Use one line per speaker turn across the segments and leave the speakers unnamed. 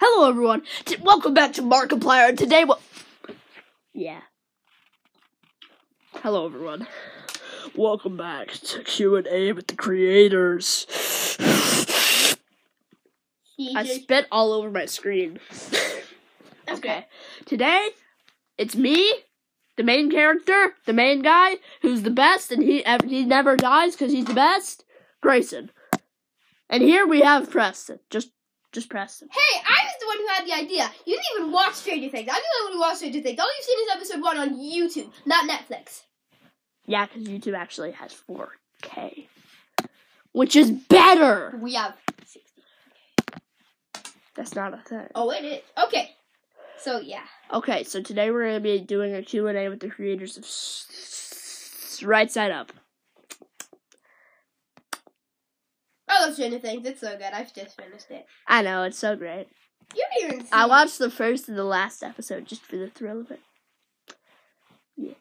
Hello, everyone. T- welcome back to Markiplier. and Today, what? Yeah. Hello, everyone. Welcome back to Q and A with the creators. I spit all over my screen. okay. Today, it's me, the main character, the main guy who's the best, and he ev- he never dies because he's the best, Grayson. And here we have Preston. Just just Preston.
Hey, I was the one who had the idea. You didn't even watch Stranger Things. I'm the only one who watched Stranger Things. All you've seen is episode one on YouTube, not Netflix.
Yeah, because YouTube actually has 4K, which is better.
We have.
That's not a thing.
Oh, it is. Okay. So yeah.
Okay, so today we're gonna be doing a Q and A with the creators of S- S- Right Side Up.
I love Stranger Things. It's so good. I've just finished it.
I know it's so great.
You haven't even seen.
I watched the first and the last episode just for the thrill of it. Yeah,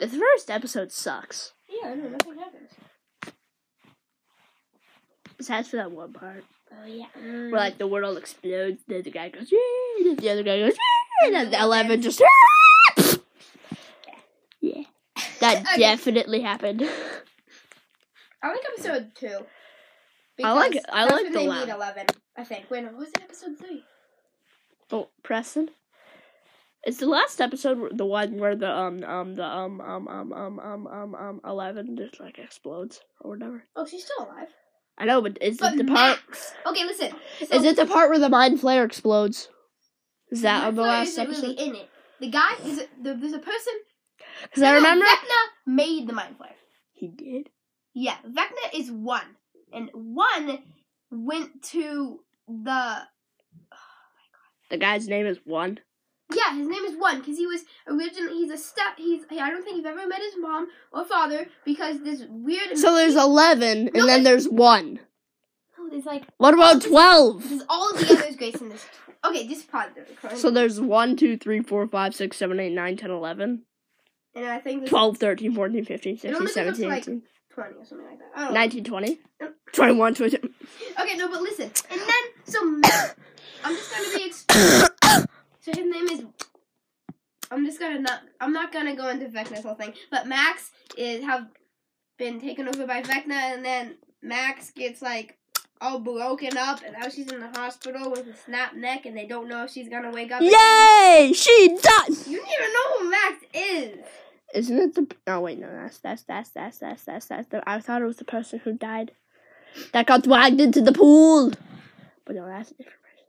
the first episode sucks.
it. Yeah, I know nothing happens.
Besides for that one part.
Oh yeah.
Where like the world explodes, then the guy goes, "Yeah," and the other guy goes, "Yeah," and then the
Okay.
eleven just, yeah, that
Okay.
definitely happened.
I like episode two.
I like-
Because
I
that's
like
when
the
they
lab.
meet eleven. I think. Wait, no, what was it episode three?
Oh, Preston, it's the last episode, where- the one where the um um the um um um um um um um eleven just like explodes or whatever.
Oh, she's still alive.
I know, but is
But
it the part?
Okay, listen. So-
Is it the part where the mind flare explodes? Is that
Matt
on the
Fleur
last
isn't
episode?
really in it. The guy is a, the, there's a person.
Because I
No,
remember
Vecna made the mind flare.
he did.
Yeah, Vecna is one, and one went to the
The guy's name is one.
yeah. His name is one because he was originally he's a step. He's I don't think you've ever met his mom or father because this weird.
So there's eleven, and
No,
then
but-
there's one.
oh, there's like
What about twelve?
there's all of the others. Grace in this. Okay, just pause the recording.
So there's 1, 2, 3, 4, 5, 6, 7, 8, 9, 10, 11,
and I think there's
12, 13, 14, 15,
It
16,
only goes up to,
17,
like,
18,
twenty or something like that. Oh. I don't know.
19, 20, 21, 22.
Okay, no, but listen. And then, so Matt, I'm just gonna be. Ex- so his name is. I'm just gonna not. I'm not gonna go into Vecna's whole thing. But Max is have been taken over by Vecna, and then Max gets like all broken up, and now she's in the hospital with a snapped neck, and they don't know if she's gonna wake up.
Yay! She does!
You don't even know who Max is.
Isn't it the. Oh, wait, no, that's, that's, that's, that's, that's, that's, that's the. I thought it was the person who died that got dragged into the pool. But no, that's a different person.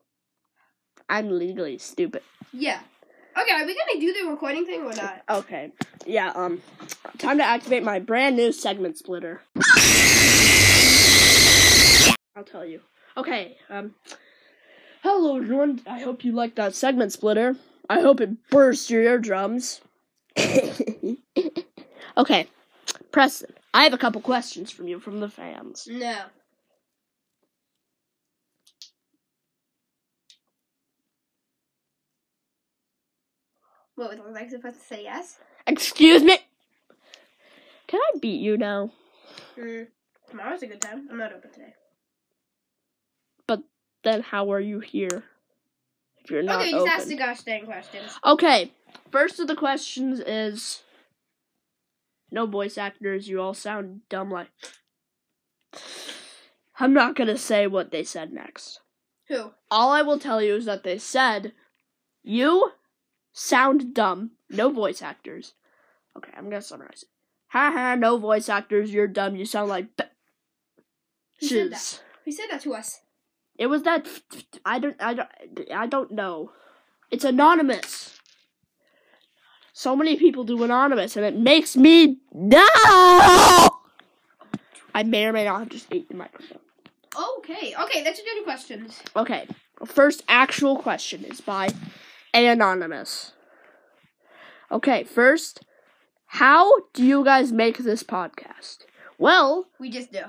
I'm legally stupid.
Yeah. Okay, are we gonna do the recording thing or not?
Okay. Yeah, um, time to activate my brand new segment splitter. I'll tell you. Okay, um, hello everyone. I hope you liked that segment splitter. I hope it burst your eardrums. okay, Preston, I have a couple questions from you from the fans.
No. What was I supposed to say? Yes.
Excuse me? Can I beat you now?
Mm. Tomorrow's a good time. I'm not open today.
Then how are you here? If you're not
okay,
open.
just ask the gosh dang questions.
Okay, first of the questions is no voice actors. You all sound dumb like. I'm not gonna say what they said next.
Who?
All I will tell you is that they said, "You sound dumb. No voice actors." Okay, I'm gonna summarize it. Ha ha! No voice actors. You're dumb. You sound like. b-
Who said that?
shiz."
Who said that to us?
It was that I don't I don't I don't know. It's anonymous. So many people do anonymous, and it makes me no. I may or may not have just ate the microphone.
Okay, okay, that's your good questions.
Okay, first actual question is by anonymous. Okay, first, how do you guys make this podcast? Well,
We just do.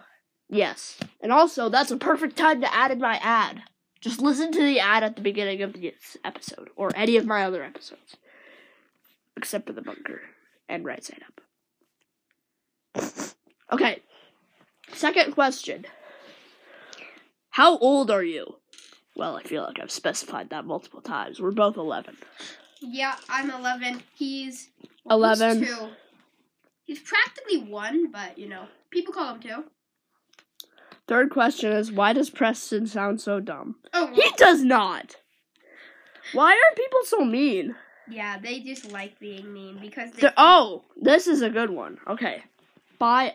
Yes. And also, that's a perfect time to add in my ad. Just listen to the ad at the beginning of this episode, or any of my other episodes, except for the bunker and right side up. Okay. Second question How old are you? Well, I feel like I've specified that multiple times. We're both 11.
Yeah, I'm 11. He's almost
11.
two. He's practically one, but you know, people call him two.
Third question is why does Preston sound so dumb?
Oh,
He does not. Why are people so mean?
yeah, they just like being mean because they.
The- oh, this is a good one. Okay. By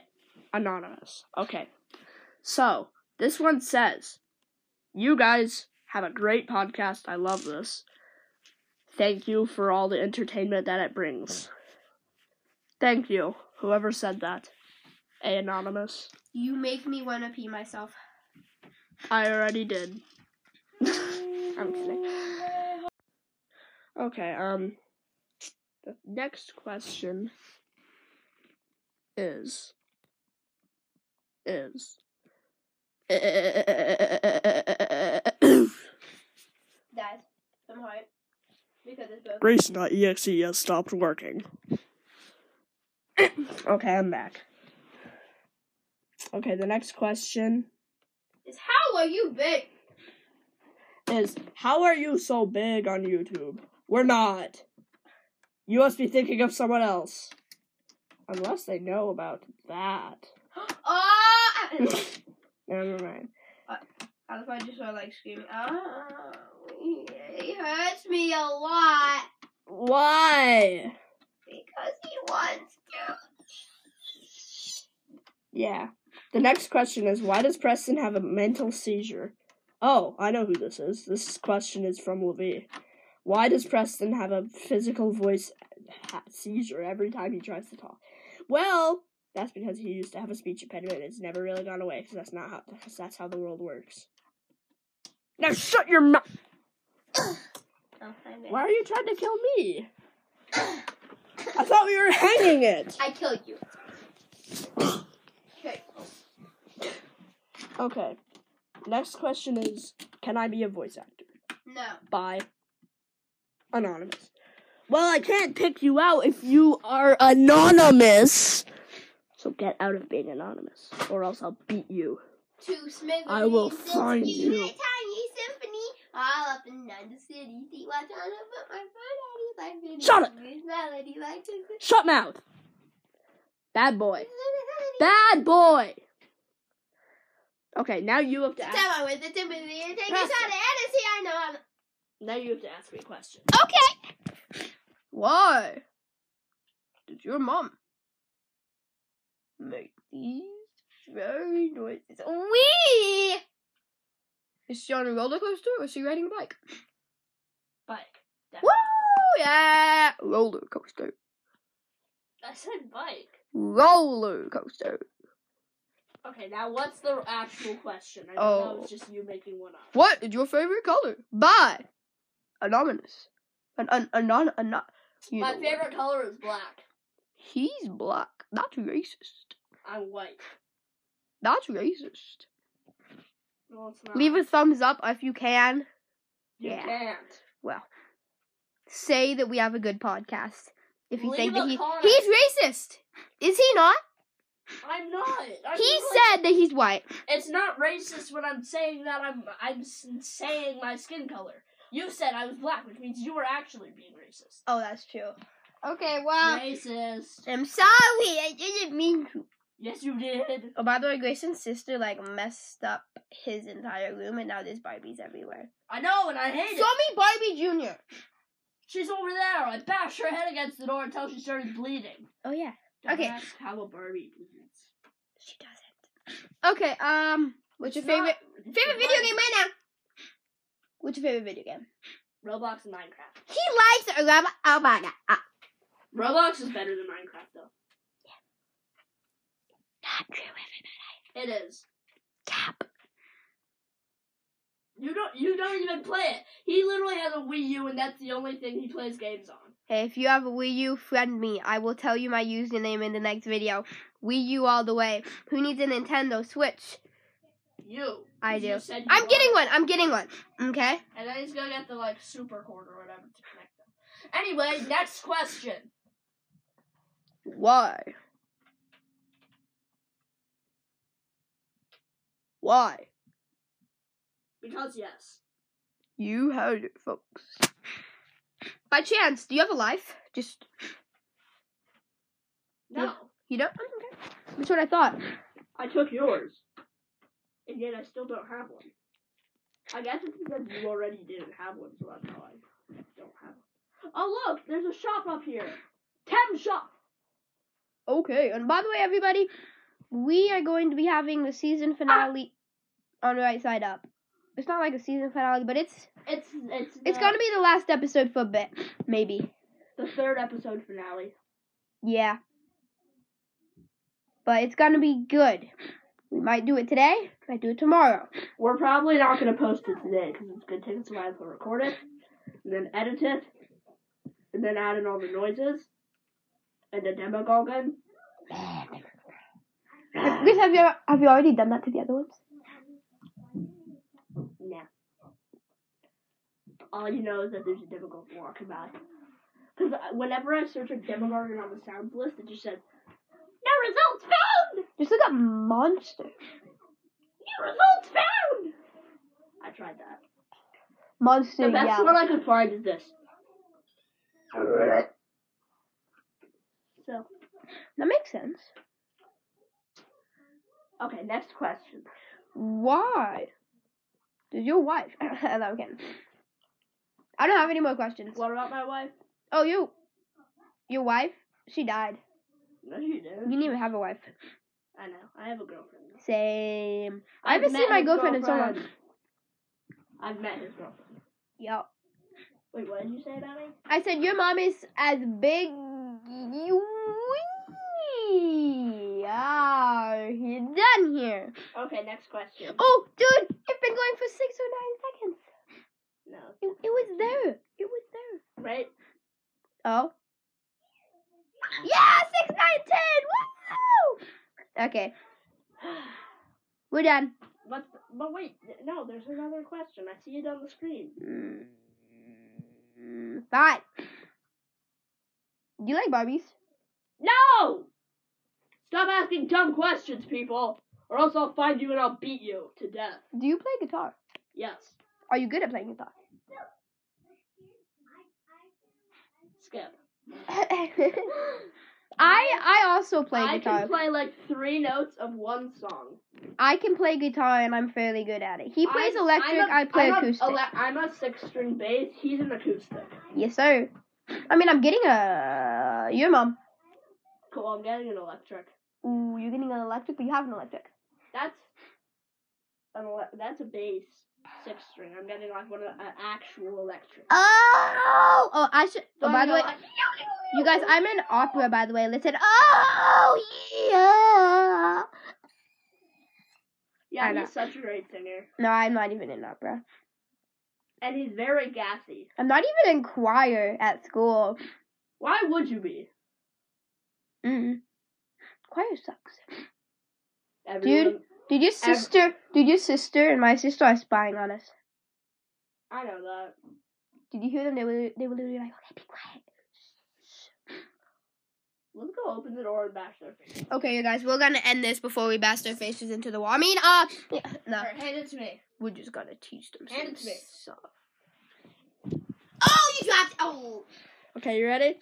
Anonymous. Okay. So, this one says, You guys have a great podcast. I love this. Thank you for all the entertainment that it brings. Thank you, whoever said that. A Anonymous.
You make me want to pee myself.
I already did. I'm kidding. Okay, um the next question is is
Dad, I'm hard. Because it's both.
Grace.exe E has stopped working. okay, I'm back. Okay, the next question
It's how are you big?
is how are you so big on YouTube? We're not. You must be thinking of someone else. Unless they know about that.
Oh!
Never mind.
I was probably just sort of like screaming. Oh, he hurts me a lot
Why?
because he wants to.
Yeah. The next question is why does Preston have a mental seizure? Oh, I know who this is. This question is from Levy. Why does Preston have a physical voice ha- seizure every time he tries to talk? Well, that's because he used to have a speech impediment. and It's never really gone away because that's not how because that's how the world works. Now shut your mouth. Why are you trying to kill me? I thought we were hanging it.
I killed you. Okay.
Okay. Next question is Can I be a voice actor?
No.
By Anonymous. Well, I can't pick you out if you are anonymous. So get out of being anonymous, or else I'll beat you.
To Smithy.
I will find you.
Tiny symphony. All up and down the city. See what's on up but my foot out of my city.
Shut up.
This melody like this.
Shut mouth! Bad boy. Bad boy! Okay, now you have to
Time
ask,
I went to Timothy and take a shot
Press it.
at Anna's here. I know I'm.
now you have to ask me a question.
Okay.
Why did your mom make these very noises?
We.
Is she on a roller coaster or is she riding a bike? Bike.
Woo! Yeah.
Roller coaster. I said bike.
Roller coaster.
Okay, now what's the actual question? I
Oh.
know that was just you making one up.
What is your favorite color? By Anonymous. An an anon anon. you
My
know
favorite color is black.
He's black. That's racist.
I'm white.
That's racist.
No, it's not.
Leave a thumbs up if you can.
You
yeah.
can't.
Well, say that we have a good podcast. If you
Leave
think that
a
he
comment.
he's racist, is he not?
I'm not. I'm
he
not-
said that he's white.
It's not racist when I'm saying that I'm I'm s- saying my skin color. You said I was black, which means you were actually being racist.
Oh, that's true. Okay, well,
racist.
I'm sorry. I didn't mean to.
Yes, you did.
Oh, by the way, Grayson's sister like messed up his entire room, and now there's Barbies everywhere.
I know, and I hate it.
me Barbie Junior.
She's over there. I bashed her head against the door until she started bleeding.
Oh yeah,
Don't
Okay.
ask how a Barbie bleeds.
she does it. Okay, um, what's your
It's
favorite
not-
favorite video game right now? What's your favorite video game?
Roblox and Minecraft.
He likes Alabama. Alabama. Ah,
Roblox is better than Minecraft, though.
not true. everybody.
It is.
Cap.
You don't. You don't even play it. He literally has a Wii U, and that's the only thing he plays games on.
Hey, if you have a Wii U, friend me. I will tell you my username in the next video. Wii U all the way. Who needs a Nintendo Switch?
You.
I
You
do.
said you
I'm
wanted
getting one. I'm getting one. Okay.
And then he's gonna get the like super cord or whatever to connect them. Anyway, next question.
Why? Why?
Because yes. You heard it, folks.
By chance, do you have a life? Just
No.
you don't. Oh, That's what I thought.
I took yours, and yet I still don't have one. I guess it's because you already didn't have one, so that's how I don't have one. Oh look, there's a shop up here. Tem shop.
Okay, and by the way, everybody, we are going to be having the season finale on Right Side Up. It's not like a season finale, but it's
It's it's
it's
the-
gonna be the last episode for a bit, maybe.
the third episode finale.
Yeah, but it's gonna be good. We might do it today, might do it tomorrow.
We're probably not gonna post it today because it's gonna take us a while to record it, and then edit it, and then add in all the noises, and the demo again.
Guys, have you have you already done that to the other ones?
No. All you know is that there's a difficult walkabout. Because whenever I search a Demogorgon on the sounds list, it just says, No results found!
Just look at monster.
No results found! I tried that.
Monster.
The best
yeah.
one I could find is this. So,
That makes sense.
okay, next question.
Why? Does your wife? no, I'm kidding. I don't have any more questions.
What about my wife?
Oh, you, your wife? She died.
No, she
You
didn't.
didn't even have a wife.
I know. I have a girlfriend.
Same. I
I've
haven't
met
seen my
his
girlfriend, in so long.
girlfriend. I've met his girlfriend.
Yep.
Wait, what did you say about me?
I said your mom is as big. Yeah, you're done here.
Okay, next question.
Oh, dude, it's been going for six or nine seconds.
No.
It, it was there. It was there.
Right?
Oh. Yeah, six nine ten. Woo! Okay, we're done.
But but wait, no, there's another question. I see it on the screen.
Mm, Fine. Do you like Barbies?
No! Stop asking dumb questions, people, or else I'll find you and I'll beat you to death.
Do you play guitar?
Yes.
Are you good at playing guitar?
Skip.
I I also play
I
guitar.
can play like three notes of one song.
I can play guitar and I'm fairly good at it. He plays
I'm-
electric,
I'm a-
I play
I'm a
acoustic.
ele- I'm a six string bass, he's an acoustic.
yes, sir. I mean, I'm getting a your mom.
Cool, I'm getting an electric.
Ooh, you're getting an electric, but you have an electric.
That's an ele- that's a bass six string. I'm getting like one of an actual electric.
Oh! Oh, I should.
So
Oh,
I
by the
go
way,
like-
you guys, I'm in opera. By the way, listen. Oh yeah. I
yeah,
know.
he's such a great singer.
No, I'm not even in opera.
and he's very gassy.
I'm not even in choir at school.
Why would you be?
Mm. Choir sucks.
Everyone,
Dude. Dude, your sister, dude, your sister and my sister are spying on us.
I know that.
Did you hear them? They were, they were literally like, okay, be quiet.
Let's go open the door and bash their face.
Okay, you guys, we're gonna end this before we bash their faces into the wall. I mean, uh, yeah, no,
hand it to me.
we're just gonna teach them
Hand it
some
to me.
stuff. Oh, you dropped. Oh. Okay, you ready?